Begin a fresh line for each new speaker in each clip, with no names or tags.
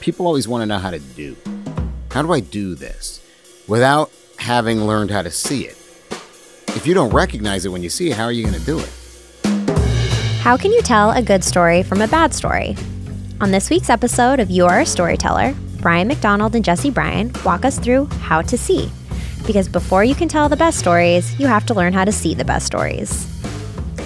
people always want to know how to do. How do I do this without having learned how to see it? If you don't recognize it when you see it, how are you going to do it?
How can you tell a good story from a bad story? On this week's episode of You Are a Storyteller, Brian McDonald and Jesse Bryan walk us through how to see. Because before you can tell the best stories, you have to learn how to see the best stories.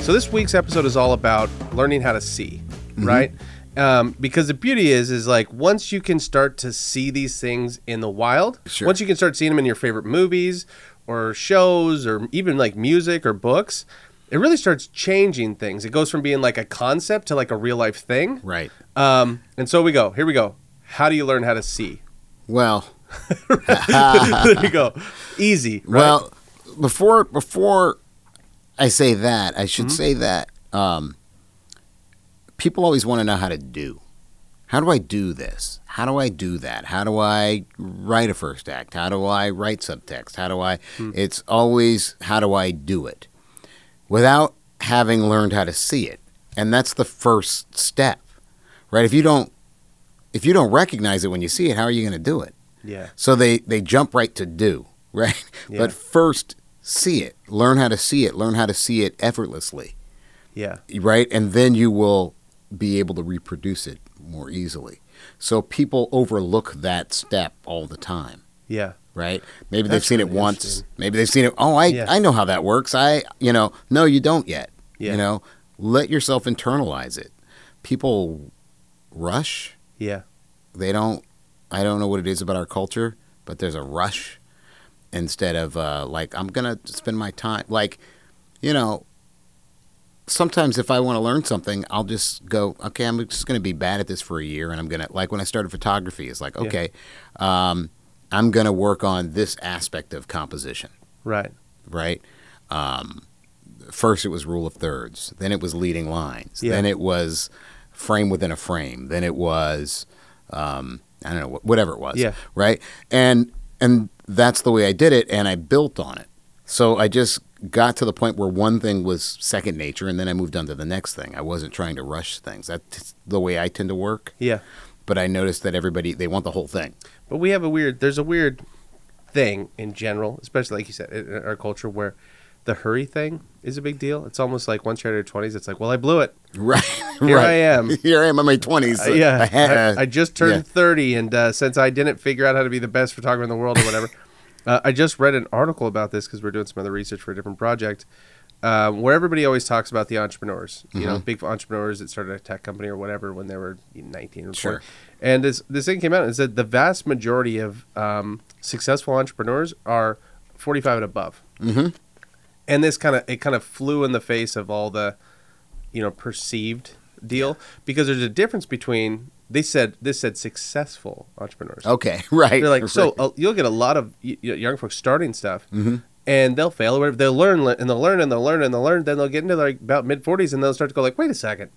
So this week's episode is all about learning how to see, right? Um, because the beauty is, is like once you can start to see these things in the wild,
Sure.
once you can start seeing them in your favorite movies or shows or even like music or books, it really starts changing things. It goes from being like a concept to like a real life thing.
Right.
Um, and so we go. Here we go. How do you learn how to see?
Well,
there you go. Easy. Right?
Well, before before I say that, I should say that um, people always want to know how to do. How do I do this? How do I do that? How do I write a first act? How do I write subtext? How do I? It's always how do I do it without having learned how to see it, and that's the first step, right? If you don't if you don't recognize it when you see it, how are you going to do it?
yeah.
So they they jump right to do, right?
Yeah.
But first see it. Learn how to see it. Learn how to see it effortlessly,
Yeah.
right? And then you will be able to reproduce it more easily. So people overlook that step all the time,
Yeah.
right? Maybe they've
That's
seen it
really
once.
interesting.
Maybe they've seen it, "Oh, I
Yeah.
I know how that works." I, you know, no you don't yet.
Yeah.
You know, let yourself internalize it. People rush
Yeah.
they don't i don't know what it is about our culture but there's a rush instead of uh, like i'm gonna spend my time like you know sometimes if i want to learn something i'll just go okay i'm just gonna be bad at this for a year and i'm gonna like when i started photography it's like
Yeah.
okay um, i'm gonna work on this aspect of composition
Right.
right? Um, first, it was rule of thirds. Then it was leading lines.
Yeah.
Then it was frame within a frame. Then it was um, I don't know wh- whatever it was.
Yeah.
Right. And and that's the way I did it, and I built on it. So I just got to the point where one thing was second nature, and then I moved on to the next thing. I wasn't trying to rush things. That's the way I tend to work.
Yeah.
But I noticed that everybody they want the whole thing.
But we have a weird. There's a weird thing in general, especially like you said, in our culture where the hurry thing is a big deal. It's almost like once you're at your twenties, it's like, well, I blew it.
Right.
Here
right.
I am.
Here I am in my twenties.
Uh, yeah, I,
had
I just turned
yeah.
thirty, and uh, since I didn't figure out how to be the best photographer in the world or whatever, uh, I just read an article about this because we're doing some other research for a different project. Um, where everybody always talks about the entrepreneurs, you
Mm-hmm.
know, big entrepreneurs that started a tech company or whatever when they were 19 or 20.
Sure.
And this this thing came out and said the vast majority of um, successful entrepreneurs are 45 and above. Mm-hmm. And this kind of it kind of flew in the face of all the, you know, perceived deal because there's a difference between they said this said successful entrepreneurs.
Okay, right.
They're like, so
Right.
uh, you'll get a lot of y- y- young folks starting stuff,
Mm-hmm.
and they'll fail or whatever. They'll learn le- and they'll learn and they'll learn and they'll learn. Then they'll get into like about mid forties and they'll start to go like, wait a second,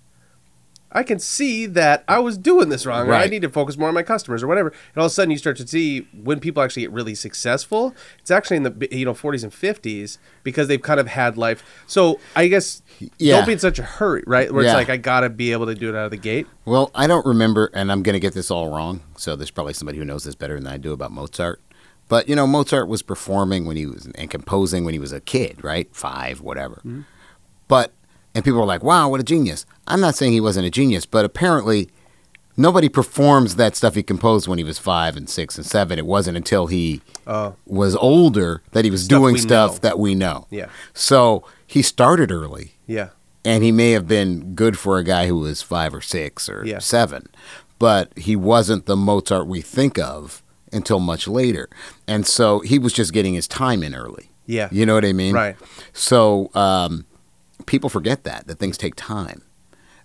I can see that I was doing this wrong. Or I
Right.
need to focus more on my customers or whatever. And all of a sudden, you start to see when people actually get really successful. It's actually in the b- you know forties and fifties because they've kind of had life. So I guess
Yeah.
don't be in such a hurry, right? Where it's
Yeah.
like I gotta be able to do it out of the gate.
well, I don't remember, and I'm going to get this all wrong. So there's probably somebody who knows this better than I do about Mozart. But you know, Mozart was performing when he was and composing when he was a kid, right? Five, whatever.
Mm-hmm.
But and people were like, "Wow, what a genius!" I'm not saying he wasn't a genius, but apparently nobody performs that stuff he composed when he was five and six and seven. It wasn't until he
Oh.
was older that he was
Stuff
doing
we
stuff
know.
that we know.
Yeah.
So he started early.
Yeah,
and he may have been good for a guy who was five or six or
Yeah.
seven, but he wasn't the Mozart we think of until much later. And so he was just getting his time in early.
yeah,
You know what I mean?
Right.
So um, people forget that, that things take time.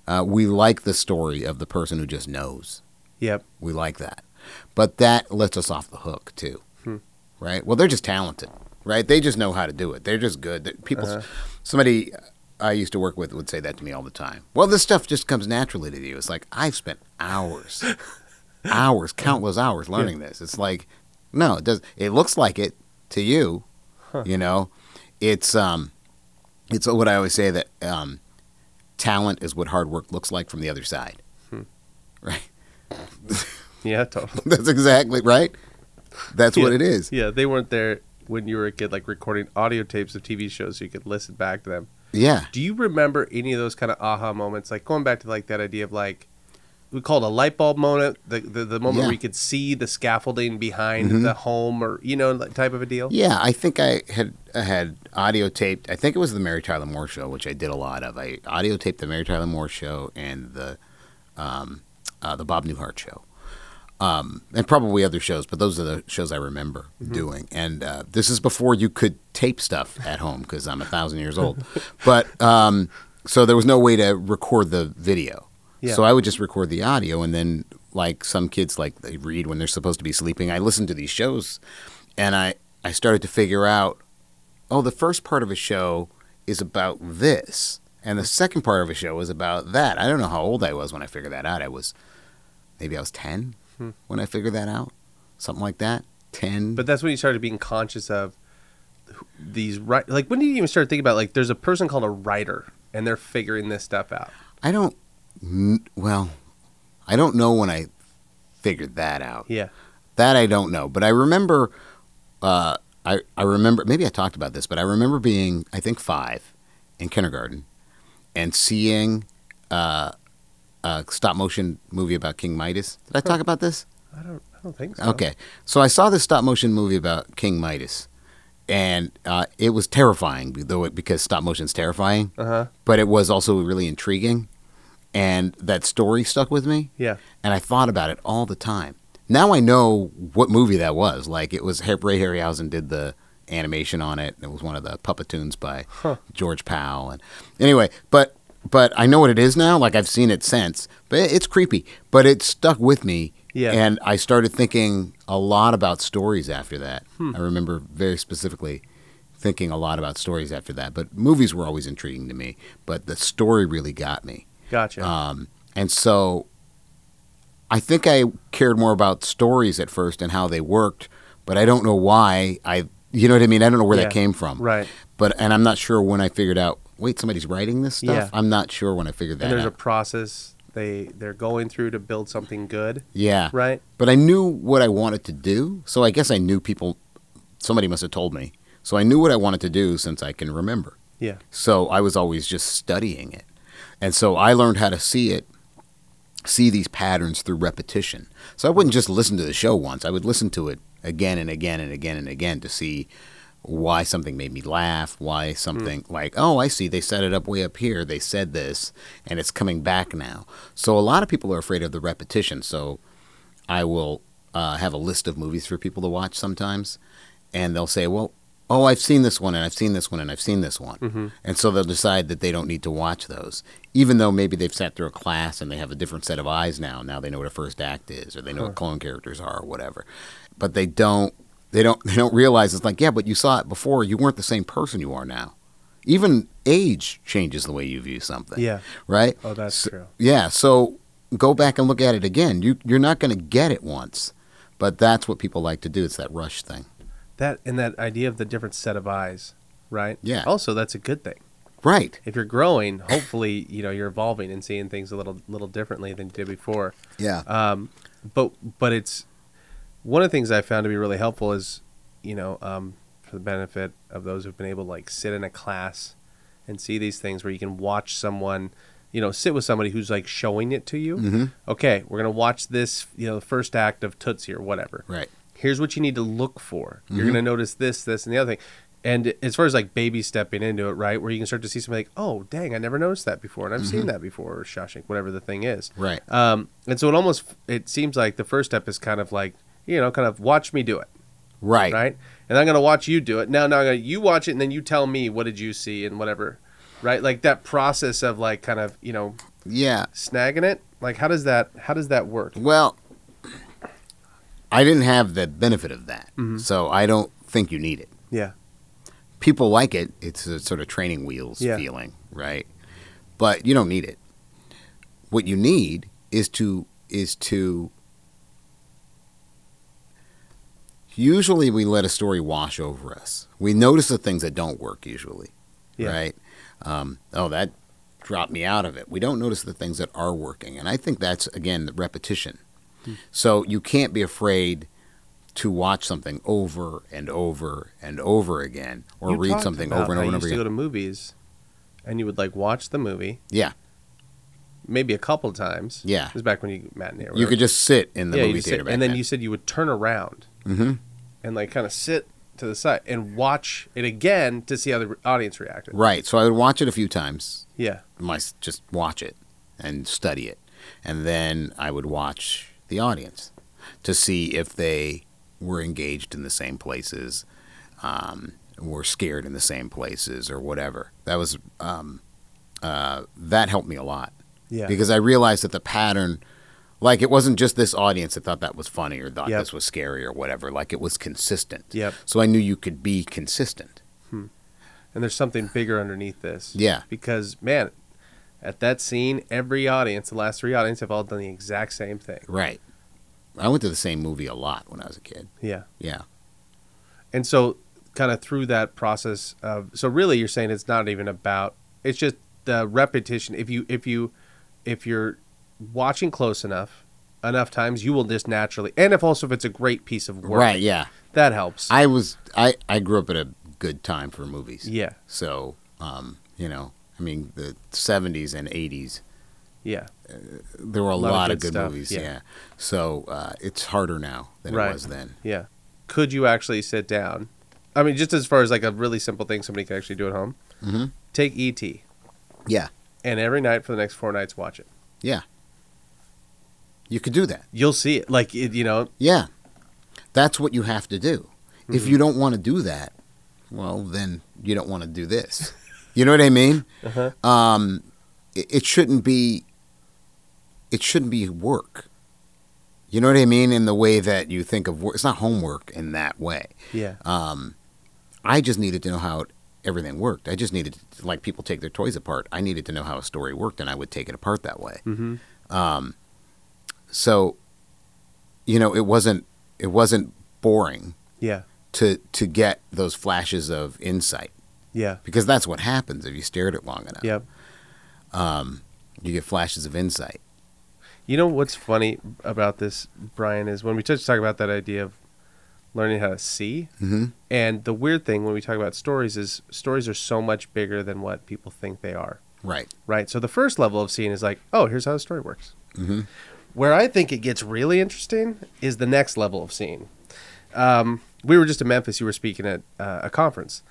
Uh, we like the story of the person who just knows.
yep,
We like that. But that lets us off the hook too. Right? Well, they're just talented, right? They just know how to do it. They're just good. They- People somebody I used to work with would say that to me all the time. Well, this stuff just comes naturally to you. It's like I've spent hours hours, countless hours learning this. It's like no, it does it looks like it to you, you know? It's um it's what I always say that um talent is what hard work looks like from the other side. Right?
Yeah, totally.
That's exactly right. That's what
Yeah.
it is.
Yeah, they weren't there when you were a kid, like recording audio tapes of TV shows so you could listen back to them.
Yeah.
Do you remember any of those kind of aha moments? Like going back to like that idea of like we call it a light bulb moment, the the, the moment
Yeah. Mm-hmm.
where you could see the scaffolding behind the home or you know like, type of a deal.
Yeah, I think I had I had audio taped. I think it was the Mary Tyler Moore show, which I did a lot of. I audio taped the Mary Tyler Moore show and the um, uh, the Bob Newhart show, um, and probably other shows. But those are the shows I remember doing. And uh, this is before you could tape stuff at home because I'm a thousand years old. But um, so there was no way to record the video.
Yeah.
So I would just record the audio and then like some kids like they read when they're supposed to be sleeping. I listened to these shows and I I started to figure out oh the first part of a show is about this and the second part of a show is about that. I don't know how old I was when I figured that out. I was maybe I was 10 when I figured that out. Something like that. 10
But that's when you started being conscious of who- these right. Like when did you even start thinking about like there's a person called a writer and they're figuring this stuff out.
I don't kn- well I don't know when I figured that out.
Yeah.
That I don't know, but I remember. Uh, I I remember. Maybe I talked about this, but I remember being I think five in kindergarten and seeing uh, a stop motion movie about King Midas. Did I talk about this?
I don't. I don't think so.
Okay, so I saw this stop motion movie about King Midas, and uh, it was terrifying, though it, because stop motion's terrifying,
Uh huh.
but it was also really intriguing, and that story stuck with me
Yeah.
and I thought about it all the time. Now I know what movie that was. Like it was Har- Ray Harryhausen did the animation on it. It was one of the puppetoons by George Powell. And anyway, but but I know what it is now. Like I've seen it since, but it- it's creepy. But it stuck with me.
Yeah.
And I started thinking a lot about stories after that. I remember very specifically thinking a lot about stories after that. But movies were always intriguing to me. But the story really got me.
Gotcha.
Um, and so I think I cared more about stories at first and how they worked, but I don't know why I, you know what I mean? I don't know where
Yeah.
that came from.
right.
But, and I'm not sure when I figured out, wait, somebody's writing this stuff?
Yeah.
I'm not sure when I figured
And
that
there's a
out.
process they they're going through to build something good.
yeah.
Right.
But I knew what I wanted to do. So I guess I knew people, somebody must have told me. So I knew what I wanted to do since I can remember.
Yeah.
So I was always just studying it. And so I learned how to see it, see these patterns through repetition. So I wouldn't just listen to the show once, I would listen to it again and again and again and again to see why something made me laugh, why something like, oh, I see, they set it up way up here, they said this, and it's coming back now. So a lot of people are afraid of the repetition. So I will uh, have a list of movies for people to watch sometimes, and they'll say, well, oh, I've seen this one, and I've seen this one, and I've seen this one. And so they'll decide that they don't need to watch those, even though maybe they've sat through a class and they have a different set of eyes now. Now they know what a first act is, or they know what clone characters are, or whatever. But they don't. They don't. They don't realize it's like, yeah, but you saw it before. You weren't the same person you are now. Even age changes the way you view something.
Yeah.
Right.
Oh, that's
So-
true.
Yeah. So go back and look at it again. You you're not going to get it once, but that's what people like to do. It's that rush thing.
That and that idea of the different set of eyes, right?
Yeah.
Also, that's a good thing.
Right.
If you're growing, hopefully, you know, you're evolving and seeing things a little little differently than you did before.
Yeah.
Um, but but it's one of the things I found to be really helpful is, you know, um, for the benefit of those who've been able to like sit in a class and see these things where you can watch someone, you know, sit with somebody who's like showing it to you. Okay, we're gonna watch this, you know, the first act of Tootsie or whatever
right.
here's what you need to look for.
Mm-hmm.
You're going to notice this, this, and the other thing. And as far as like baby stepping into it, right, where you can start to see something like, oh, dang, I never noticed that before, and I've seen that before, or Shawshank, whatever the thing is.
Mm-hmm. Right.
Um, and so it almost it seems like the first step is kind of like, you know, kind of watch me do it,
Right.
right? And I'm going to watch you do it. Now, now I'm gonna, you watch it, and then you tell me what did you see and whatever, right? Like that process of like kind of you know
Yeah.
snagging it. Like how does that how does that work?
Well, I didn't have the benefit of that, so I don't think you need it.
Mm-hmm. Yeah.
People like it. It's a sort of training wheels
Yeah.
feeling, right? But you don't need it. What you need is to is to usually we let a story wash over us. We notice the things that don't work usually,
Yeah.
right? Um, oh, that dropped me out of it. We don't notice the things that are working, and I think that's again the repetition.
Hmm.
So you can't be afraid to watch something over and over and over again or
You
read
talked
something
about
over and over
how
and
you
over
used to go
again.
to movies, and you would like watch the movie
Yeah.
maybe a couple times.
Yeah.
it was back when you matinee. or
You
whatever.
could just sit in the
yeah, you
movie
just
theater
sit-
back
and then you said you would turn around
hmm
and like kind of sit to the side and watch it again to see how the re- audience reacted.
Right. So I would watch it a few times.
Yeah,
My, just watch it and study it. And then I would watch the audience to see if they were engaged in the same places, um, were scared in the same places, or whatever. That was um, uh, that helped me a lot
yeah,
because I realized that the pattern, like it wasn't just this audience that thought that was funny or thought
Yep.
this was scary or whatever. Like it was consistent.
Yep.
So I knew you could be consistent.
and there's something bigger underneath this.
Yeah.
because man, at that scene, every audience, the last three audience, have all done the exact same thing.
Right. I went to the same movie a lot when I was a kid.
Yeah,
Yeah.
and so kind of through that process of so really you're saying it's not even about it's just the repetition. If you if you if you're watching close enough enough times, you will just naturally and if also if it's a great piece of work,
Right. Yeah.
that helps.
I was I I grew up at a good time for movies.
yeah,
So um you know I mean the seventies and eighties
yeah.
there were a, lot, of good,
stuff,
movies.
yeah.
Yeah. So uh, it's harder now than
Right.
it was then.
Yeah. Could you actually sit down? I mean, just as far as like a really simple thing somebody could actually do at home,
Mhm.
take ET
Yeah.
and every night for the next four nights, watch it.
Yeah. You could do that.
You'll see it. Like, it, you know,
Yeah. That's what you have to do. If you don't want to do that, well, then you don't want to do this. You know what I mean? Um, it, it shouldn't be. It shouldn't be work. You know what I mean? In the way that you think of work, it's not homework in that way.
yeah,
Um, I just needed to know how it, everything worked. I just needed, to, like people take their toys apart. I needed to know how a story worked, and I would take it apart that way.
mm-hmm.
Um, so, you know, it wasn't it wasn't boring
yeah,
to to get those flashes of insight
yeah,
because that's what happens if you stare at it long enough.
yeah.
You get flashes of insight.
You know what's funny about this, Brian, is when we touch talk about that idea of learning how to see.
Mm-hmm.
And the weird thing when we talk about stories is stories are so much bigger than what people think they are.
Right.
right? So the first level of seeing is like, oh, here's how the story works.
Mhm.
Where I think it gets really interesting is the next level of seeing. Um, we were just in Memphis. You were speaking at uh, a conference,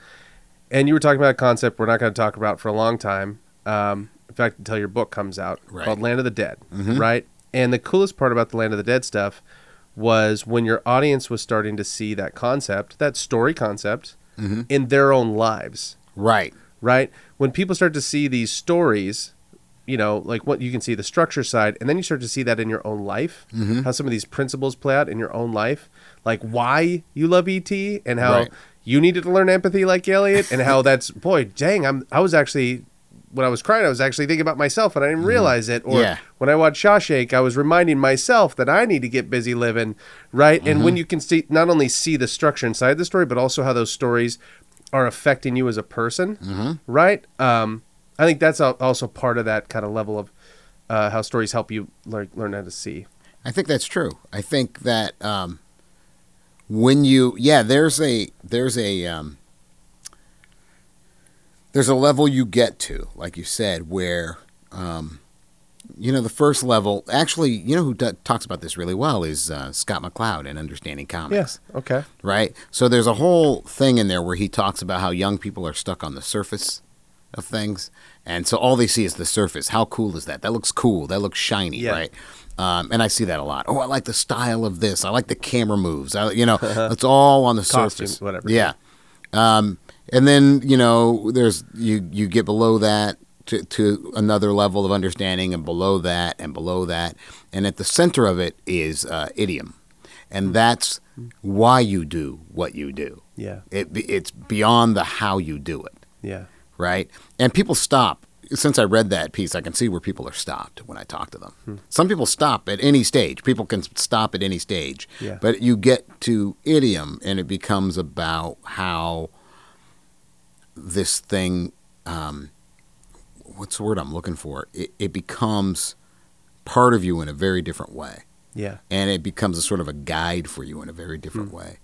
and you were talking about a concept we're not going to talk about for a long time. Um, in fact, until your book comes out
Right.
called Land of the Dead, right? And the coolest part about the Land of the Dead stuff was when your audience was starting to see that concept, that story concept, in their own lives
Right.
right? When people start to see these stories, you know, like what you can see the structure side, and then you start to see that in your own life, how some of these principles play out in your own life, like why you love ET and how
Right.
you needed to learn empathy like Elliot, and how that's boy, dang, I'm I was actually when I was crying, I was actually thinking about myself and I didn't realize it. Or
Yeah.
when I watched Shawshank, I was reminding myself that I need to get busy living, right? And when you can see not only see the structure inside the story, but also how those stories are affecting you as a person, right? Um, I think that's al- also part of that kind of level of uh, how stories help you learn learn how to see.
I think that's true. I think that um, when you yeah, there's a there's a um, there's a level you get to, like you said, where um, you know the first level. Actually, you know who d- talks about this really well is uh, Scott McCloud in Understanding Comics
Yes. Okay.
right? So there's a whole thing in there where he talks about how young people are stuck on the surface of things, and so all they see is the surface. How cool is that? That looks cool. That looks shiny,
Yeah.
right? Um, and I see that a lot. Oh, I like the style of this. I like the camera moves. I, you know, it's all on the
Costume,
surface,
whatever.
Yeah. Um, and then you know, there's you you get below that. To, to another level of understanding, and below that, and below that, and at the center of it is uh, idiom, and that's why you do what you do.
Yeah.
It, it's beyond the how you do it,
Yeah.
right? And people stop. Since I read that piece, I can see where people are stopped when I talk to them.
Hmm.
Some people stop at any stage. People can stop at any stage.
Yeah.
But you get to idiom, and it becomes about how this thing, um, what's the word I'm looking for? It, it becomes part of you in a very different way.
Yeah. Hmm.
and it becomes a sort of a guide for you in a very different way.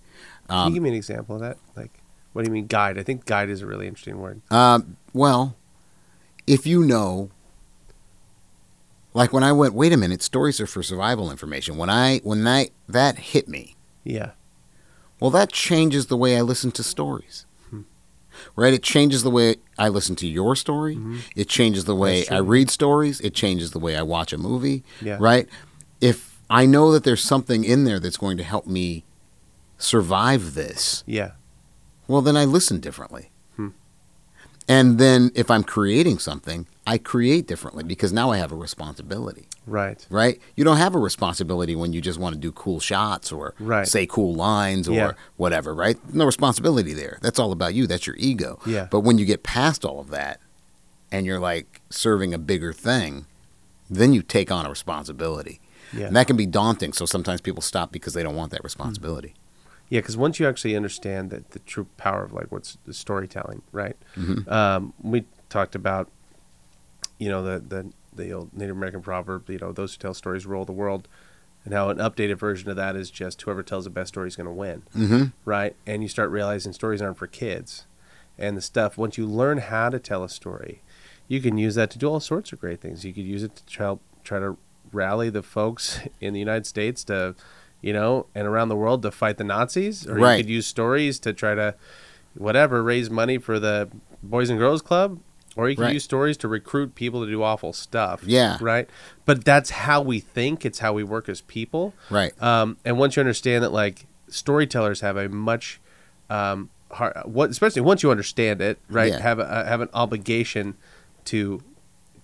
Can you give me an example of that? Like, what do you mean guide? I think guide is a really interesting word.
Um, well, if you know, like when I went, wait a minute, stories are for survival information. When I when I that hit me,
Yeah.
well, that changes the way I listen to stories.
Hmm.
Right, it changes the way I listen to your story. It changes the way
Mm-hmm. That's true.
I read stories. It changes the way I watch a movie.
Yeah.
Right, if I know that there's something in there that's going to help me survive this,
Yeah.
well, then I listen differently.
Hmm.
And then if I'm creating something, I create differently because now I have a responsibility,
Right.
right? You don't have a responsibility when you just want to do cool shots or
Right.
say cool lines or
Yeah.
whatever, right? No responsibility there. That's all about you, that's your ego.
Yeah.
But when you get past all of that and you're like serving a bigger thing, then you take on a responsibility.
Yeah.
And that can be daunting. So sometimes people stop because they don't want that responsibility.
Yeah, because once you actually understand that the true power of like what's the storytelling, right? Um, we talked about, you know, the the the old Native American proverb, you know, those who tell stories rule the world, and how an updated version of that is just whoever tells the best story is going to win,
Mhm.
right? And you start realizing stories aren't for kids, and the stuff once you learn how to tell a story, you can use that to do all sorts of great things. You could use it to try try to rally the folks in the United States to, you know, and around the world to fight the Nazis, or
Right.
you could use stories to try to, whatever, raise money for the Boys and Girls Club, or you could
Right.
use stories to recruit people to do awful stuff.
Yeah.
right. But that's how we think. It's how we work as people.
Right.
Um, and once you understand that, like storytellers have a much um, hard, what, especially once you understand it, right?
Yeah.
Have a, uh, have an obligation to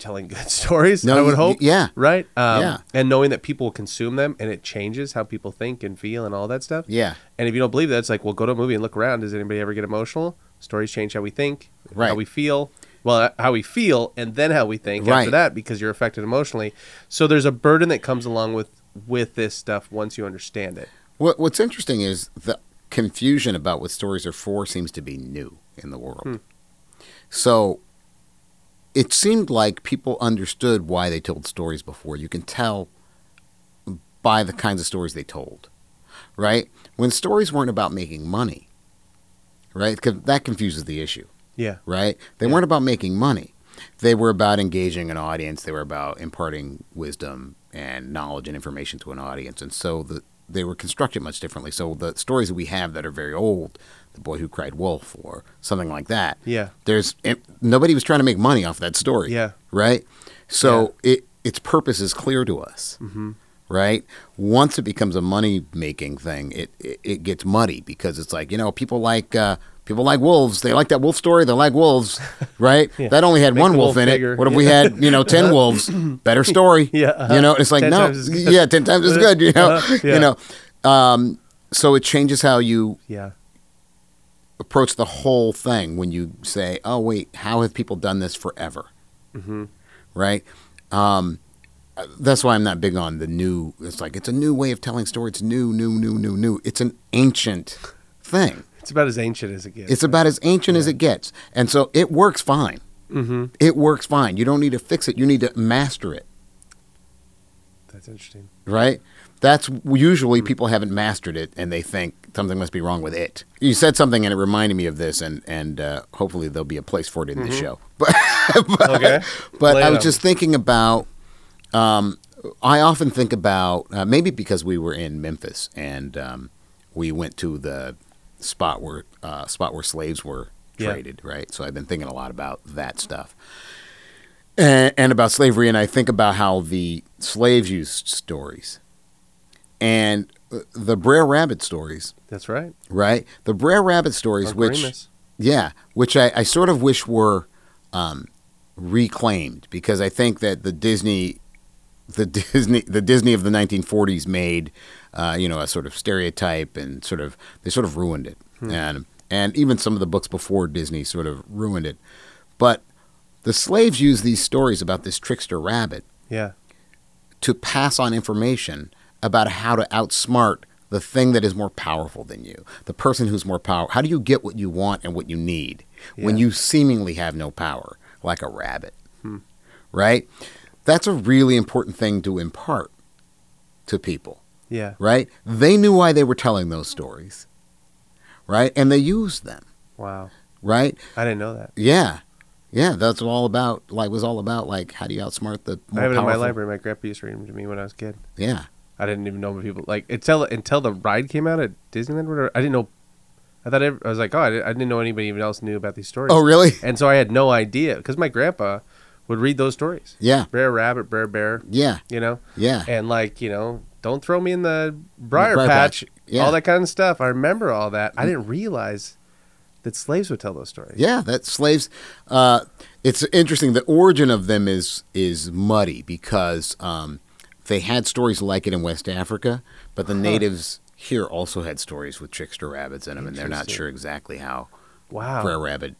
telling good stories.
No,
I would
you-
hope.
yeah.
Right. Um,
Yeah.
And knowing that people consume them and it changes how people think and feel and all that stuff.
Yeah.
And if you don't believe that, it's like, well, go to a movie and look around. Does anybody ever get emotional? Stories change how we think, how
Right.
we feel. Well, uh, how we feel and then how we think after
Right.
that because you're affected emotionally. So there's a burden that comes along with with this stuff once you understand it.
What What's interesting is the confusion about what stories are for seems to be new in the world. So it seemed like people understood why they told stories before. You can tell by the kinds of stories they told, right? When stories weren't about making money, right? 'Cause that confuses the issue
Yeah.
right? They
Yeah.
weren't about making money. They were about engaging an audience. They were about imparting wisdom and knowledge and information to an audience. And so the, they were constructed much differently. So the stories that we have that are very old, The Boy Who Cried Wolf or something like that,
Yeah.
there's it, nobody was trying to make money off that story.
Yeah.
Right? So it its purpose is clear to us. Mm-hmm. Right? Once it becomes a money making thing, it, it it gets muddy because it's like, you know, people like uh people like wolves. They like that wolf story, they like wolves, right?
Yeah.
That only had
Make
one
the
wolf,
wolf
in
bigger.
it. What if we
Yeah. Uh-huh.
had, you know, 10 wolves? Better story.
Yeah, uh-huh.
You know, it's like
10
no.
times as good.
Yeah, 10 times as good, you know.
Uh-huh. Yeah.
You know. Um so it changes how you
Yeah.
approach the whole thing when you say, "Oh wait, how have people done this forever?"
Mm-hmm.
Right? Um, uh, that's why I'm not big on the new. It's like it's a new way of telling stories. It's new, new, new, new, new. It's an ancient thing.
It's about as ancient as it gets.
It's about as ancient as it gets, and so it works fine.
Mm-hmm.
It works fine. You don't need to fix it. You need to master it.
That's interesting.
Right? That's usually people haven't mastered it, and they think something must be wrong with it. You said something, and it reminded me of this, and and uh, hopefully there'll be a place for it in the show. But
Okay.
But
Lay it
I
on
was just thinking about. Um, I often think about uh, maybe because we were in Memphis and um, we went to the spot where uh, spot where slaves were
Yeah.
traded, right? So I've been thinking a lot about that stuff and, and about slavery, and I think about how the slaves used stories and uh, the Brer Rabbit stories,
That's right.
right? The Brer Rabbit stories,
Uncle
which
Remus.
yeah, which I, I sort of wish were um, reclaimed because I think that the Disney, the Disney, the Disney of the 1940s made, uh, you know, a sort of stereotype and sort of they sort of ruined it, and and even some of the books before Disney sort of ruined it, but the slaves used these stories about this trickster rabbit
Yeah.
to pass on information about how to outsmart the thing that is more powerful than you, the person who's more powerful. How do you get what you want and what you need when
Yeah. Hmm.
you seemingly have no power, like a rabbit? Right? That's a really important thing to impart to people
Yeah.
right? They knew why they were telling those stories, right? And they used them,
Wow.
right?
I didn't know that.
Yeah, yeah. That's what all about. Like was all about like how do you outsmart the?
I
More
have it in my
powerful-
library. My grandpa used to read them to me when I was a kid.
Yeah,
I didn't even know when people like until until the ride came out at Disneyland. Or whatever, I didn't know. I thought ev I was like, oh, I didn't, I didn't know anybody even else knew about these stories.
Oh, really?
And so I had no idea because my grandpa would read those stories.
yeah,
Brer Rabbit, Brer Bear,
yeah,
you know,
yeah.
and like you know, don't throw me in the briar,
briar
patch,
patch, yeah.
all that kind of stuff. I remember all that. I didn't realize that slaves would tell those stories.
Yeah, that slaves. Uh, it's interesting. The origin of them is is muddy because um, they had stories like it in West Africa, but
Uh-huh.
the natives here also had stories with trickster rabbits in them, and they're not
Interesting.
sure exactly how
Wow.
Brer Rabbit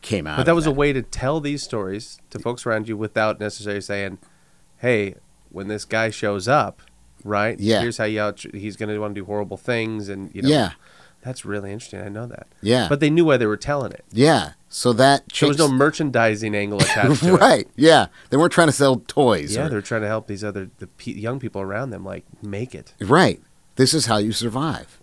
came out.
But
of
that was a
that.
way to tell these stories to folks around you without necessarily saying, "Hey, when this guy shows up, right?
Yeah.
Here's how you out. He's going to want to do horrible things." And you know,
yeah,
that's really interesting. I know that.
yeah.
But they knew why they were telling it.
Yeah. So that
There was
changed.
no merchandising angle attached to it.
right. Yeah. They weren't trying to sell toys.
Yeah,
or-
they're trying to help these other the pe- young people around them, like make it.
right. This is how you survive.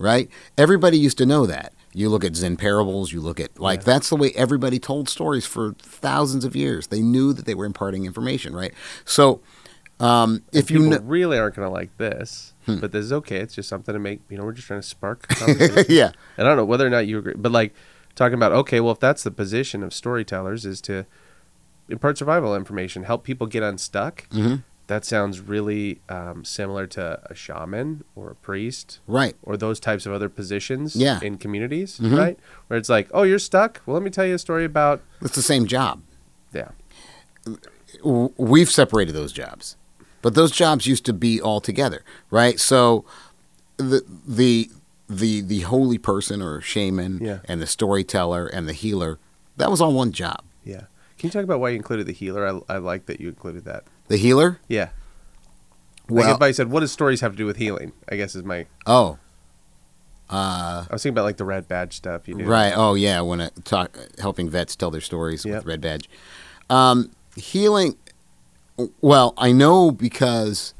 Right. Everybody used to know that. You look at Zen parables. You look at like that's the way everybody told stories for thousands of years. They knew that they were imparting information. Right. So um, if you Hmm.
People
know,
really aren't going to like this, but this is okay. It's just something to make. You know, we're just trying to spark. conversation.
yeah,
And I don't know whether or not you agree, but like talking about, okay, well, if that's the position of storytellers is to impart survival information, help people get unstuck,
Mm-hmm.
that sounds really um, similar to a shaman or a priest
right,
or those types of other positions
Yeah. Mm-hmm.
in communities, right? Where it's like, oh, you're stuck. Well, let me tell you a story about,
it's the same job.
yeah,
w- we've separated those jobs, but those jobs used to be all together, right? So the the the the holy person or shaman
Yeah.
and the storyteller and the healer that was all one job.
yeah. Can you talk about why you included the healer? I, I like that you included that.
The healer,
Yeah. Like
well,
if I said, what does stories have to do with healing? I guess is my,
oh
I was thinking about like the red badge stuff you do.
Uh. right, oh yeah, when I talk helping vets tell their stories
Yep.
with Red Badge, um, healing. Well, I know because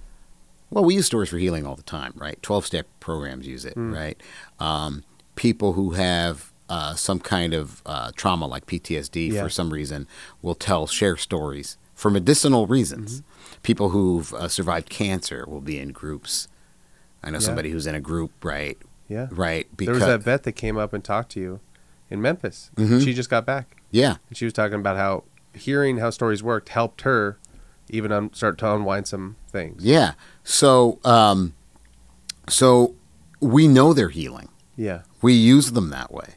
well, we use stories for healing all the time, right? 12 step programs use it,
Hmm.
right? Um, people who have uh, some kind of uh, trauma, like PTSD
Yeah.
for some reason, will tell, share stories for medicinal reasons.
Mm-hmm.
People who've uh, survived cancer will be in groups. I know
Yeah.
somebody who's in a group, right?
Yeah.
Right. Because, Mm-hmm.
there was that vet that came up and talked to you in Memphis. She just got back,
yeah,
and she was talking about how hearing how stories worked helped her even un- start to unwind some things.
yeah. So, um, so we know they're healing.
Yeah,
We use them that way,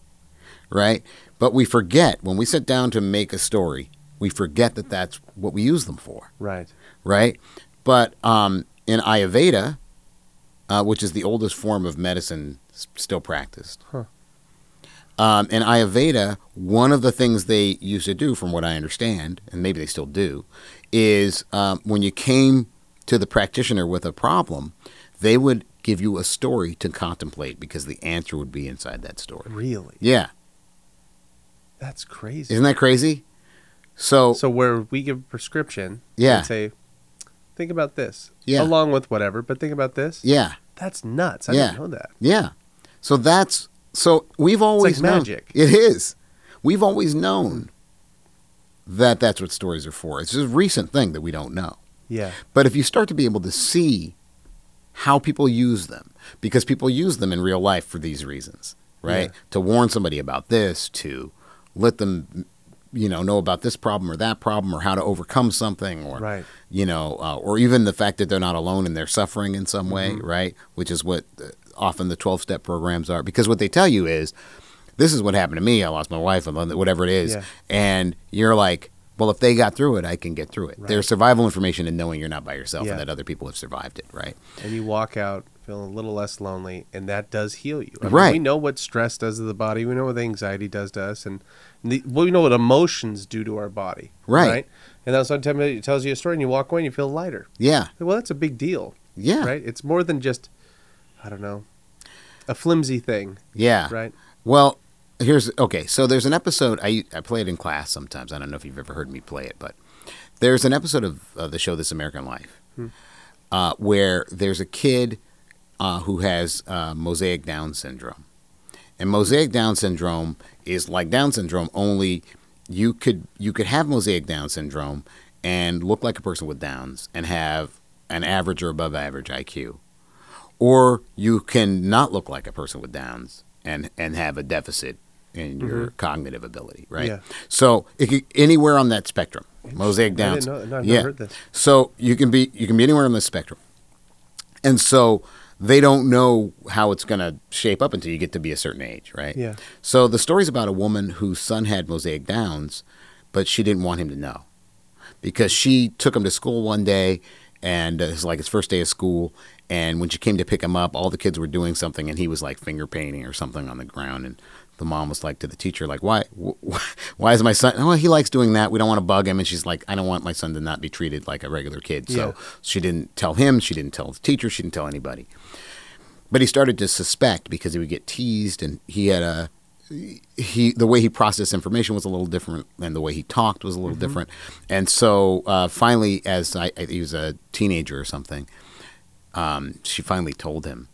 right? But we forget when we sit down to make a story, we forget that that's what we use them for,
right.
right? But um, in Ayurveda, uh, which is the oldest form of medicine s- still practiced,
Huh.
um, in Ayurveda, one of the things they used to do, from what I understand, and maybe they still do, is um, when you came to the practitioner with a problem, they would give you a story to contemplate because the answer would be inside that story.
Really,
Yeah.
that's crazy.
Isn't that crazy? So,
so where we give a prescription,
Yeah.
and say, think about this,
Yeah.
along with whatever, but think about this.
yeah.
That's nuts. I
Yeah.
didn't know that.
Yeah. So that's so we've always known,
magic.
It is. We've always known that that's what stories are for. It's just a recent thing that we don't know.
Yeah,
But if you start to be able to see how people use them, because people use them in real life for these reasons, right?
Yeah.
To warn somebody about this, to let them, you know, know about this problem or that problem or how to overcome something or
right.
you know, uh, or even the fact that they're not alone and they're suffering in some way,
Mm-hmm.
right? Which is what uh, often the 12 step programs are. Because what they tell you is, this is what happened to me. I lost my wife, and whatever it is.
Yeah.
And you're like, well, if they got through it, I can get through it.
Right.
There's survival information in knowing you're not by yourself
Yeah.
and that other people have survived it, right?
and you walk out feeling a little less lonely, and that does heal you. I mean,
Right.
we know what stress does to the body. We know what anxiety does to us, and the, well, we know what emotions do to our body.
Right.
And that's what it tells you a story, and you walk away and you feel lighter.
Yeah.
Well, that's a big deal,
Yeah.
right? It's more than just, I don't know, a flimsy thing,
Yeah.
right?
Well, here's okay. So there's an episode I I play it in class sometimes. I don't know if you've ever heard me play it, but there's an episode of uh, the show This American Life uh, where there's a kid uh, who has uh, mosaic Down syndrome. And mosaic Down syndrome is like Down syndrome, only you could you could have mosaic Down syndrome and look like a person with Downs and have an average or above average IQ, or you can not look like a person with Downs and and have a deficit in your cognitive ability, right?
Mm-hmm. Yeah.
So it could, anywhere on that spectrum, mosaic
I
Downs.
didn't know. No, I've never
yeah.
heard this.
So you can be you can be anywhere on the spectrum, and so they don't know how it's going to shape up until you get to be a certain age, right?
Yeah.
So the story's about a woman whose son had mosaic downs, but she didn't want him to know because she took him to school one day and uh, it's like his first day of school and when she came to pick him up all the kids were doing something and he was like finger painting or something on the ground and the mom was like to the teacher like why wh- why is my son oh he likes doing that we don't want to bug him and she's like i don't want my son to not be treated like a regular kid so
Yeah.
she didn't tell him she didn't tell the teacher she didn't tell anybody but he started to suspect because he would get teased and he had a he the way he processed information was a little different and the way he talked was a
Mm-hmm.
little different and so uh, finally as I, I he was a teenager or something um, she finally told him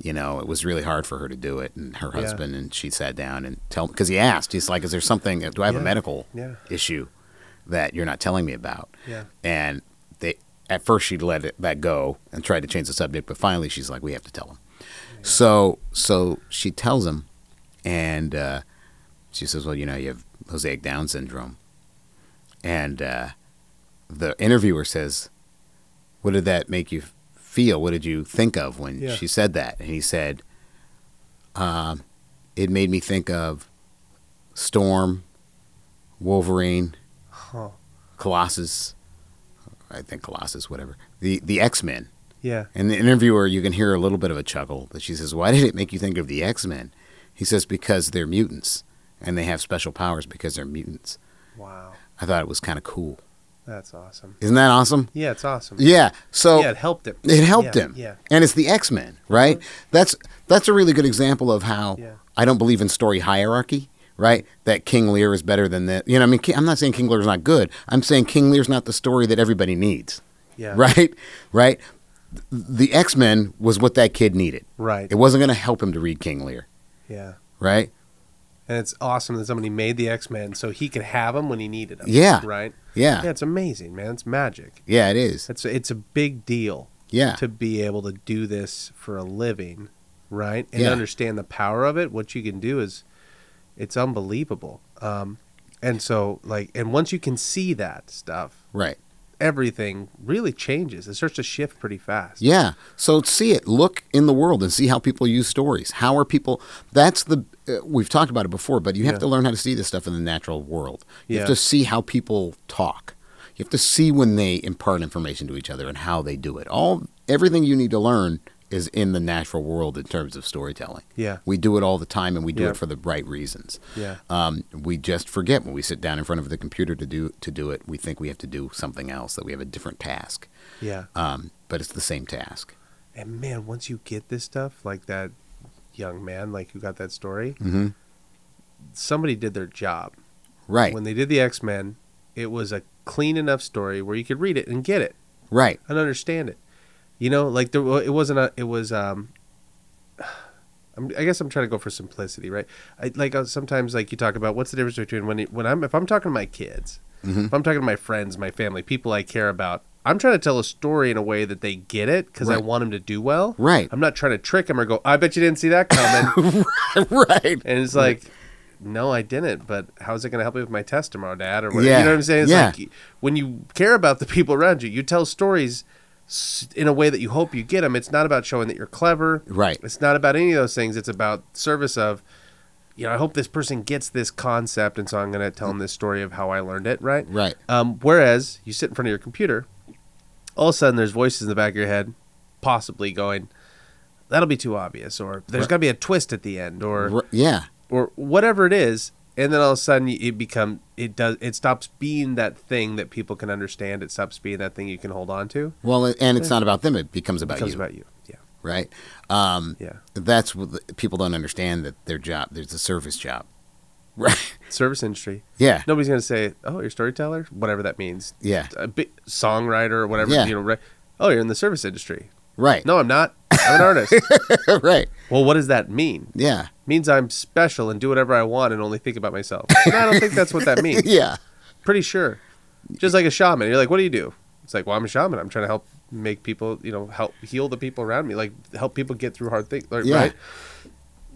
you know it was really hard for her to do it and her
Yeah.
husband and she sat down and tell because he asked he's like is there something do i have a
Yeah.
medical
Yeah.
issue that you're not telling me about
Yeah.
and they at first she let it, that go and tried to change the subject but finally she's like we have to tell him so so she tells him and uh, she says well you know you have mosaic down syndrome and uh, the interviewer says what did that make you feel what did you think of when
Yeah.
she said that and he said um, it made me think of storm wolverine
Huh.
Colossus, I think Colossus, whatever, the, the X Men.
Yeah.
And the interviewer, you can hear a little bit of a chuckle that she says, Why did it make you think of the X Men? He says, Because they're mutants and they have special powers because they're mutants.
Wow.
I thought it was kind of cool.
That's awesome.
Isn't that awesome?
Yeah, it's awesome.
Yeah. So
yeah, it helped him.
it helped
Yeah,
him.
Yeah. Mm-hmm.
And it's the X Men, right? That's that's a really good example of how
Yeah.
I don't believe in story hierarchy, right? That King Lear is better than that. You know, I mean, Ki- I'm not saying King Lear's not good. I'm saying King Lear's not the story that everybody needs,
Yeah.
right? Right. The X Men was what that kid needed.
Right.
It wasn't going to help him to read King Lear,
Yeah.
right?
And it's awesome that somebody made the X Men so he could have them when he needed them.
Yeah.
Right.
Yeah.
Yeah,
Yeah,
it's amazing, man. It's magic.
it is.
It's a, it's a big deal
Yeah.
to be able to do this for a living, right? And
Yeah.
understand the power of it. What you can do is, it's unbelievable. Um, and so like, and once you can see that stuff,
right.
everything really changes. It starts to shift pretty fast.
Yeah. So see it. Look in the world and see how people use stories. How are people? That's the. Uh, we've talked about it before, but you have
Yeah.
to learn how to see this stuff in the natural world. You have
Yeah.
to see how people talk. You have to see when they impart information to each other and how they do it. All everything you need to learn is in the natural world in terms of storytelling.
Yeah.
We do it all the time, and we do
Yeah.
it for the right reasons.
Yeah.
Um, we just forget when we sit down in front of the computer to do to do it. We think we have to do something else that we have a different task,
Yeah.
um, but it's the same task.
And man, once you get this stuff, like that young man, like who got that story,
Mm-hmm.
somebody did their job.
Right.
When they did the X Men, it was a clean enough story where you could read it and get it
right.
and understand it. You know, like there, wa- it wasn't a, it was, um, I'm, I guess I'm trying to go for simplicity, right? I, like uh, sometimes, like you talk about what's the difference between when, it- when I'm, if I'm talking to my kids,
Mhm.
if I'm talking to my friends, my family, people I care about, I'm trying to tell a story in a way that they get it because I
Right.
want them to do well.
Right.
I'm not trying to trick them or go, I bet you didn't see that coming.
right.
and it's like, no, I didn't. But how's it going to help me with my test tomorrow, Dad? Or whatever.
Yeah.
You know what I'm saying? It's
Yeah.
like when you care about the people around you, you tell stories s- in a way that you hope you get them. It's not about showing that you're clever.
Right.
It's not about any of those things. It's about service of, you know, I hope this person gets this concept, and so I'm going to tell them this story of how I learned it. Right.
Right.
Um, whereas you sit in front of your computer, all of a sudden there's voices in the back of your head, possibly going, "That'll be too obvious," or "There's got to be a twist at the end," or
R- yeah.
or whatever it is. And then all of a sudden it become it does it stops being that thing that people can understand. It stops being that thing you can hold on to.
Well, and it's not about them. It becomes
It
about
becomes
you.
about you. Yeah,
right. Um,
yeah.
That's what the, people don't understand that their job. There's a service job. Right.
Service industry.
Yeah.
Nobody's gonna say, "Oh, you're a storyteller," whatever that means.
Yeah.
A bit, songwriter or whatever.
Yeah.
You know, right? oh, you're in the service industry.
Right.
No, I'm not. I'm an artist.
right.
well, what does that mean?
Yeah.
means I'm special and do whatever I want and only think about myself. And I don't think that's what that means.
Yeah.
Pretty sure. Just like a shaman. You're like, what do you do? It's like, well, I'm a shaman. I'm trying to help make people, you know, help heal the people around me, like help people get through hard things. Like,
Yeah.
Right.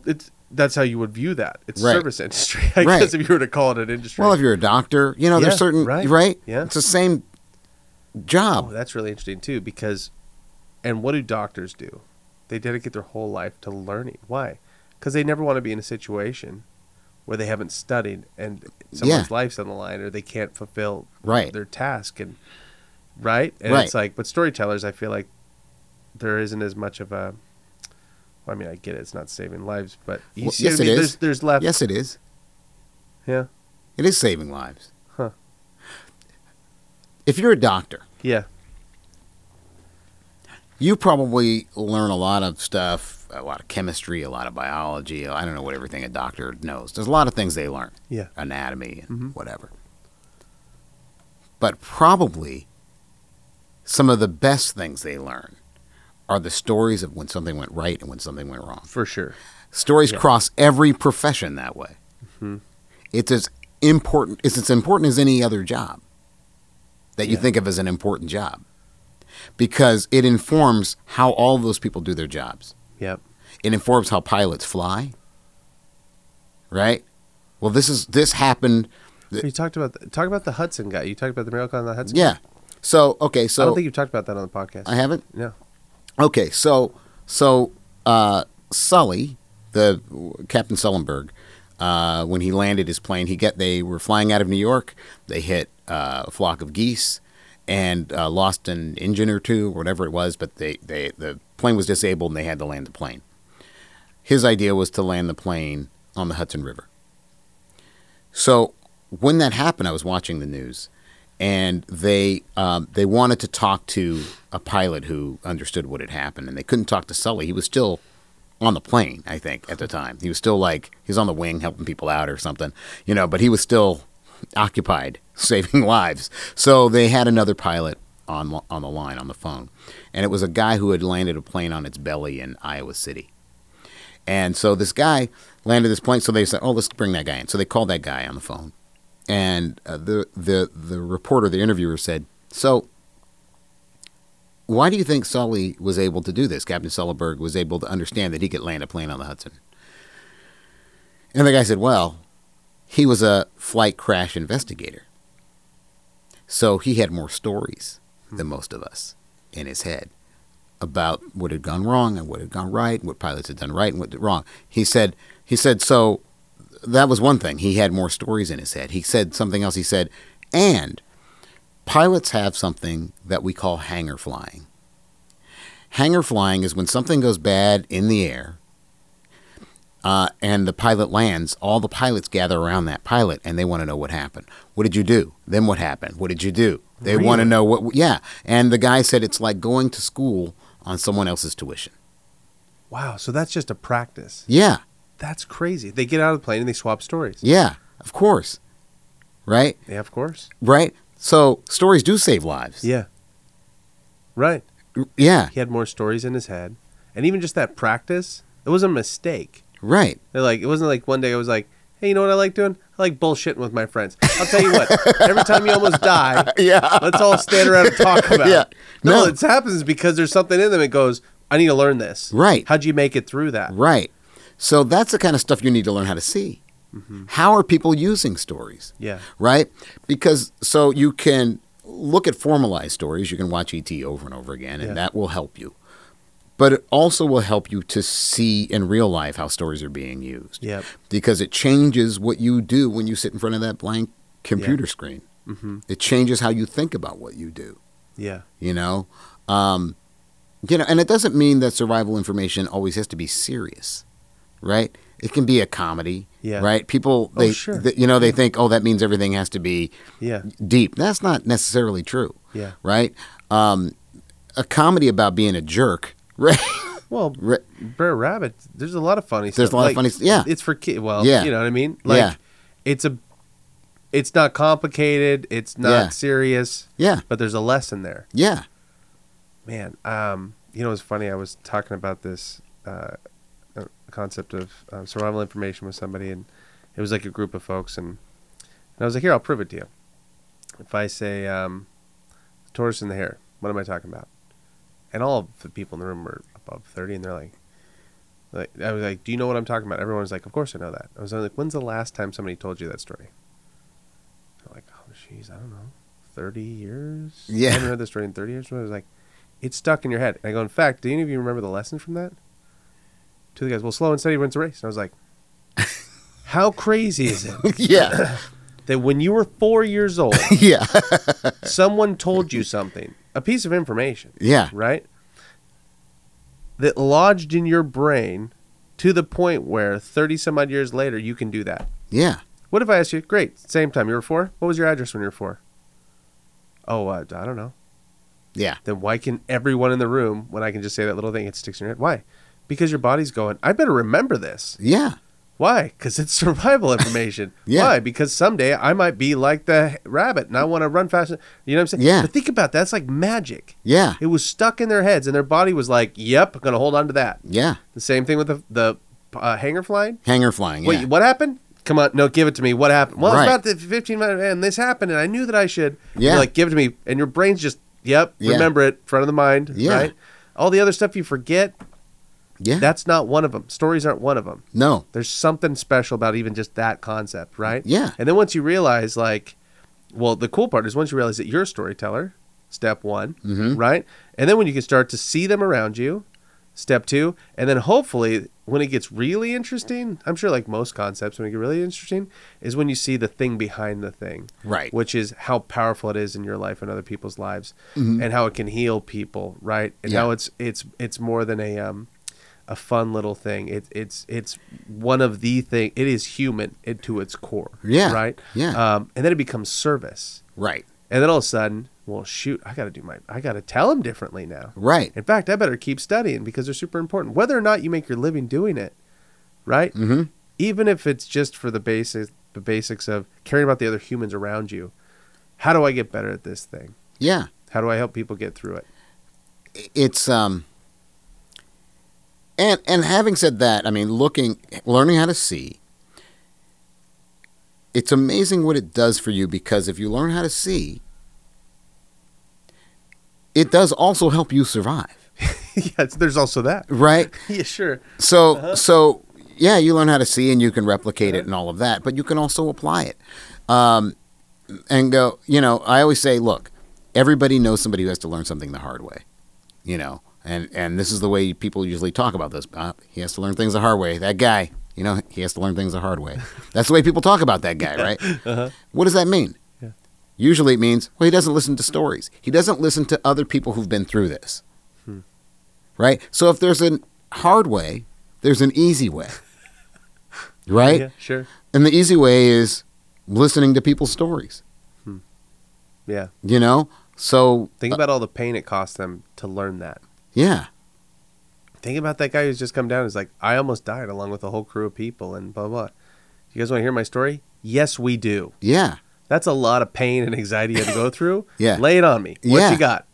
It's that's how you would view that. It's
Right.
service industry. I
Right.
guess if you were to call it an industry.
Well, if you're a doctor, you know,
Yeah,
there's certain,
right.
right?
Yeah.
It's the same
oh,
job.
that's really interesting too, because and what do doctors do? They dedicate their whole life to learning. Why? Because they never want to be in a situation where they haven't studied and someone's
Yeah.
life's on the line or they can't fulfill
Right.
their task and right and
Right.
it's like but storytellers i feel like there isn't as much of a well, i mean i get it it's not saving lives but you
Well,
see what
yes,
I
it
mean?
is.
there's there's left
Yes, it is.
yeah
It is saving lives.
Huh.
If you're a doctor,
yeah
you probably learn a lot of stuff, a lot of chemistry, a lot of biology. I don't know what everything a doctor knows. There's a lot of things they learn.
yeah
anatomy and
Mhm.
whatever. But probably some of the best things they learn are the stories of when something went right and when something went wrong.
for sure
Stories
Yeah.
cross every profession that way.
Mhm.
It's as important it's as important as any other job that you
Yeah.
think of as an important job. Because it informs how all those people do their jobs.
yep
It informs how pilots fly. Right? Well, this is this happened The-
you talked about the, talk about the hudson guy you talked about the miracle on the hudson
Yeah. So okay,
i
so
don't think you've talked about that on the podcast
I haven't.
no
Okay, so so uh, Sully, the Captain Sullenberg, uh, when he landed his plane, he get they were flying out of New York. They hit uh, a flock of geese and uh, lost an engine or two, or whatever it was. But they, they the plane was disabled and they had to land the plane. His idea was to land the plane on the Hudson River. So when that happened, I was watching the news, and they um, they wanted to talk to a pilot who understood what had happened, and they couldn't talk to Sully. He was still on the plane, I think, at the time. He was still like he was on the wing helping people out or something, you know. But he was still occupied saving lives. So they had another pilot on on the line on the phone, and it was a guy who had landed a plane on its belly in Iowa City. And so this guy landed this plane. So they said, "Oh, let's bring that guy in." So they called that guy on the phone, and uh, the the the reporter, the interviewer, said, "So, why do you think Sully was able to do this? Captain Sullenberg was able to understand that he could land a plane on the Hudson." And the guy said, "Well, he was a flight crash investigator, so he had more stories than most of us in his head." about what had gone wrong and what had gone right, and what pilots had done right and what did wrong. He said, he said, so that was one thing. He had more stories in his head. He said something else. He said, and pilots have something that we call hanger flying. Hanger flying is when something goes bad in the air. Uh, and the pilot lands, all the pilots gather around that pilot and they want to know what happened. What did you do? Then what happened? What did you do? They want to know what, yeah. And the guy said it's like going to school on someone else's tuition.
wow so that's just a practice
Yeah.
that's crazy they get out of the plane and they swap stories
Yeah, of course. Right?
yeah of course
Right? So stories do save lives.
yeah right
Yeah,
he had more stories in his head and even just that practice it was a mistake
right.
they're like it wasn't like one day i was like hey you know what i like doing i like bullshitting with my friends i'll tell you what every time you almost die
Yeah.
let's all stand around and talk about
Yeah.
it no,
No.
it happens because there's something in them that goes i need to learn this
Right.
how'd you make it through that
Right. So that's the kind of stuff you need to learn how to see.
Mm-hmm.
How are people using stories?
yeah
right? Because so you can look at formalized stories, you can watch ET over and over again, and
Yeah.
that will help you. But it also will help you to see in real life how stories are being used.
Yep.
Because it changes what you do when you sit in front of that blank computer screen.
mm-hmm.
It changes how you think about what you do,
yeah
you know? Um, you know, and it doesn't mean that survival information always has to be serious, right? It can be a comedy,
Yeah.
right? People,
Oh,
they,
sure.
th- you know, they think, oh, that means everything has to be
yeah
deep. That's not necessarily true,
yeah
right? Um, a comedy about being a jerk, right?
well
Re-
Brer Rabbit, there's a lot of funny
There's
stuff.
a lot of funny s- yeah.
It's for kids. Well,
Yeah.
you know what I mean? Like,
Yeah.
it's a, it's not complicated. It's not
Yeah.
serious,
yeah,
but there's a lesson there.
yeah,
man, um, you know, it's funny. I was talking about this uh, uh, concept of um, survival information with somebody, and it was like a group of folks, and, and I was like, here, I'll prove it to you. If I say um, tortoise and the hare, what am I talking about? And all of the people in the room were above thirty, and they're like, like I was like, do you know what I'm talking about? Everyone's like, of course I know that. I was like, when's the last time somebody told you that story? They're like, oh, jeez, I don't know, thirty years.
Yeah.
I haven't heard this story in thirty years. I was like, it's stuck in your head. And I go, in fact, do any of you remember the lesson from that? Two of the guys, well, slow and steady wins the race. And I was like, how crazy is it
yeah.
that when you were four years old,
yeah.
someone told you something, a piece of information,
Yeah.
right? That lodged in your brain to the point where 30 some odd years later, you can do that.
Yeah.
What if I asked you, great, same time, you were four? What was your address when you were four? Oh, uh, I don't know.
Yeah.
Then why can everyone in the room, when I can just say that little thing, it sticks in your head? Why? Because your body's going, I better remember this.
Yeah.
Why? Because it's survival information.
Yeah.
Why? Because someday I might be like the rabbit and I want to run faster. You know what I'm saying?
Yeah.
But think about that. That's like magic.
Yeah.
It was stuck in their heads and their body was like, yep, I'm going to hold on to that.
Yeah.
The same thing with the, the uh, hanger flying.
Hanger flying.
Wait,
yeah.
what happened? Come on, no, give it to me. What happened? Well,
Right.
it's about the 15 minutes and this happened and I knew that I should.
Yeah.
You're like, give it to me. And your brain's just, yep,
Yeah.
remember it, front of the mind,
Yeah.
right? All the other stuff you forget,
yeah.
that's not one of them. Stories aren't one of them.
no.
There's something special about even just that concept, right?
Yeah.
And then once you realize, like, well, the cool part is once you realize that you're a storyteller, step one,
Mm-hmm.
right? And then when you can start to see them around you, step two. And then hopefully, when it gets really interesting, I'm sure, like most concepts, when it gets really interesting, is when you see the thing behind the thing,
Right.
Which is how powerful it is in your life and other people's lives, and how it can heal people, right? And
Mm-hmm. Yeah.
how it's it's it's more than a um, a fun little thing. It, it's it's one of the thing. It is human it, to its core.
Yeah,
Right.
yeah.
Um, and then it becomes service.
Right.
And then all of a sudden, well, shoot, I got to do my. I got to tell them differently now.
Right.
In fact, I better keep studying because they're super important. Whether or not you make your living doing it, right? Mm-hmm. Even if it's just for the basics, the basics of caring about the other humans around you. How do I get better at this thing?
Yeah.
How do I help people get through it?
It's um and and having said that, I mean looking learning how to see it's amazing what it does for you because if you learn how to see it does also help you survive,
yes, there's also that.
right?
yeah, sure.
So so yeah, you learn how to see and you can replicate it and all of that, but you can also apply it. Um, and go, you know, I always say, look, everybody knows somebody who has to learn something the hard way, you know, and and this is the way people usually talk about this. Uh, he has to learn things the hard way. That guy, you know, he has to learn things the hard way. That's the way people talk about that guy, right? What does that mean? Usually it means, well, he doesn't listen to stories. He doesn't listen to other people who've been through this. Right? So if there's a hard way, there's an easy way. right?
Yeah, sure.
And the easy way is listening to people's stories,
Hmm. Yeah.
you know? So,
Think about all the pain it cost them to learn that.
yeah.
Think about that guy who's just come down. Is like, I almost died along with a whole crew of people, and blah blah. You guys want to hear my story? Yes, we do.
Yeah.
That's a lot of pain and anxiety you had to go through.
Yeah.
lay it on me. What
Yeah.
you got?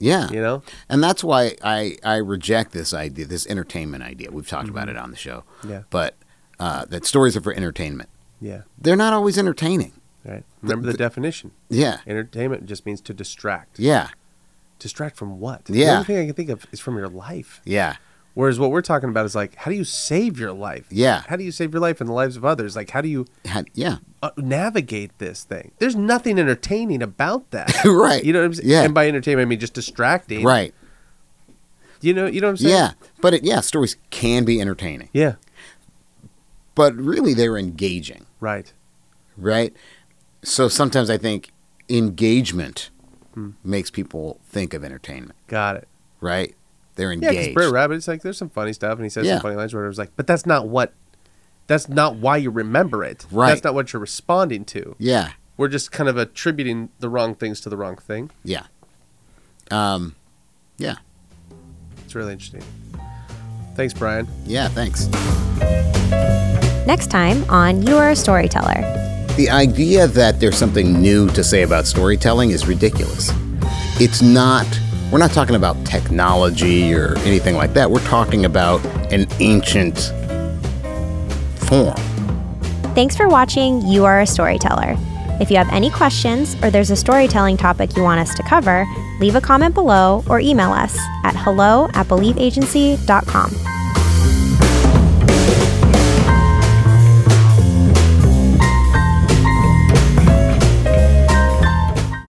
Yeah.
You know?
And that's why I, I reject this idea, this entertainment idea. We've talked about it on the show.
Mm-hmm. Yeah.
But uh, that stories are for entertainment.
Yeah.
They're not always entertaining.
Right. Remember the, definition.
Yeah.
Entertainment just means to distract.
Yeah.
Distract from what? The
Yeah.
only thing I can think of is from your life.
Yeah.
Whereas what we're talking about is like, how do you save your life?
Yeah.
How do you save your life and the lives of others? Like, how do you
Had- Yeah.
uh, navigate this thing? There's nothing entertaining about that.
right.
You know what I'm saying?
Yeah.
And by entertainment, I mean just distracting.
right.
You know, you know what I'm saying?
Yeah. But it, yeah, stories can be entertaining,
Yeah.
but really they're engaging,
Right.
right? So sometimes I think engagement
Hmm.
makes people think of entertainment,
Got it.
right? They're
Yeah, because
engaged.
Brer Rabbit, it's like there's some funny stuff, and he says
Yeah.
some funny lines. Where it was like, but that's not what. That's not why you remember it.
Right.
That's not what you're responding to.
yeah.
We're just kind of attributing the wrong things to the wrong thing.
Yeah. Um, yeah.
It's really interesting. Thanks, Brian.
Yeah. Thanks.
Next time on You Are a Storyteller.
The idea that there's something new to say about storytelling is ridiculous. It's not We're not talking about technology or anything like that. We're talking about an ancient form.
Thanks for watching You Are a Storyteller. If you have any questions or there's a storytelling topic you want us to cover, leave a comment below or email us at hello at believeagency.com.